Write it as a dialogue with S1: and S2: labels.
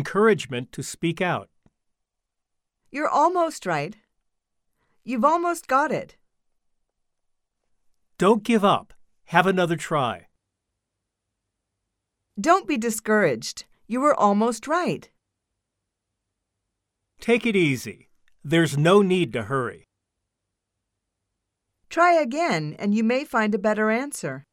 S1: Encouragement to speak out.
S2: You're almost right. You've almost got it.
S1: Don't give up. Have another try.
S2: Don't be discouraged. You were almost right.
S1: Take it easy. There's no need to hurry.
S2: Try again, and you may find a better answer.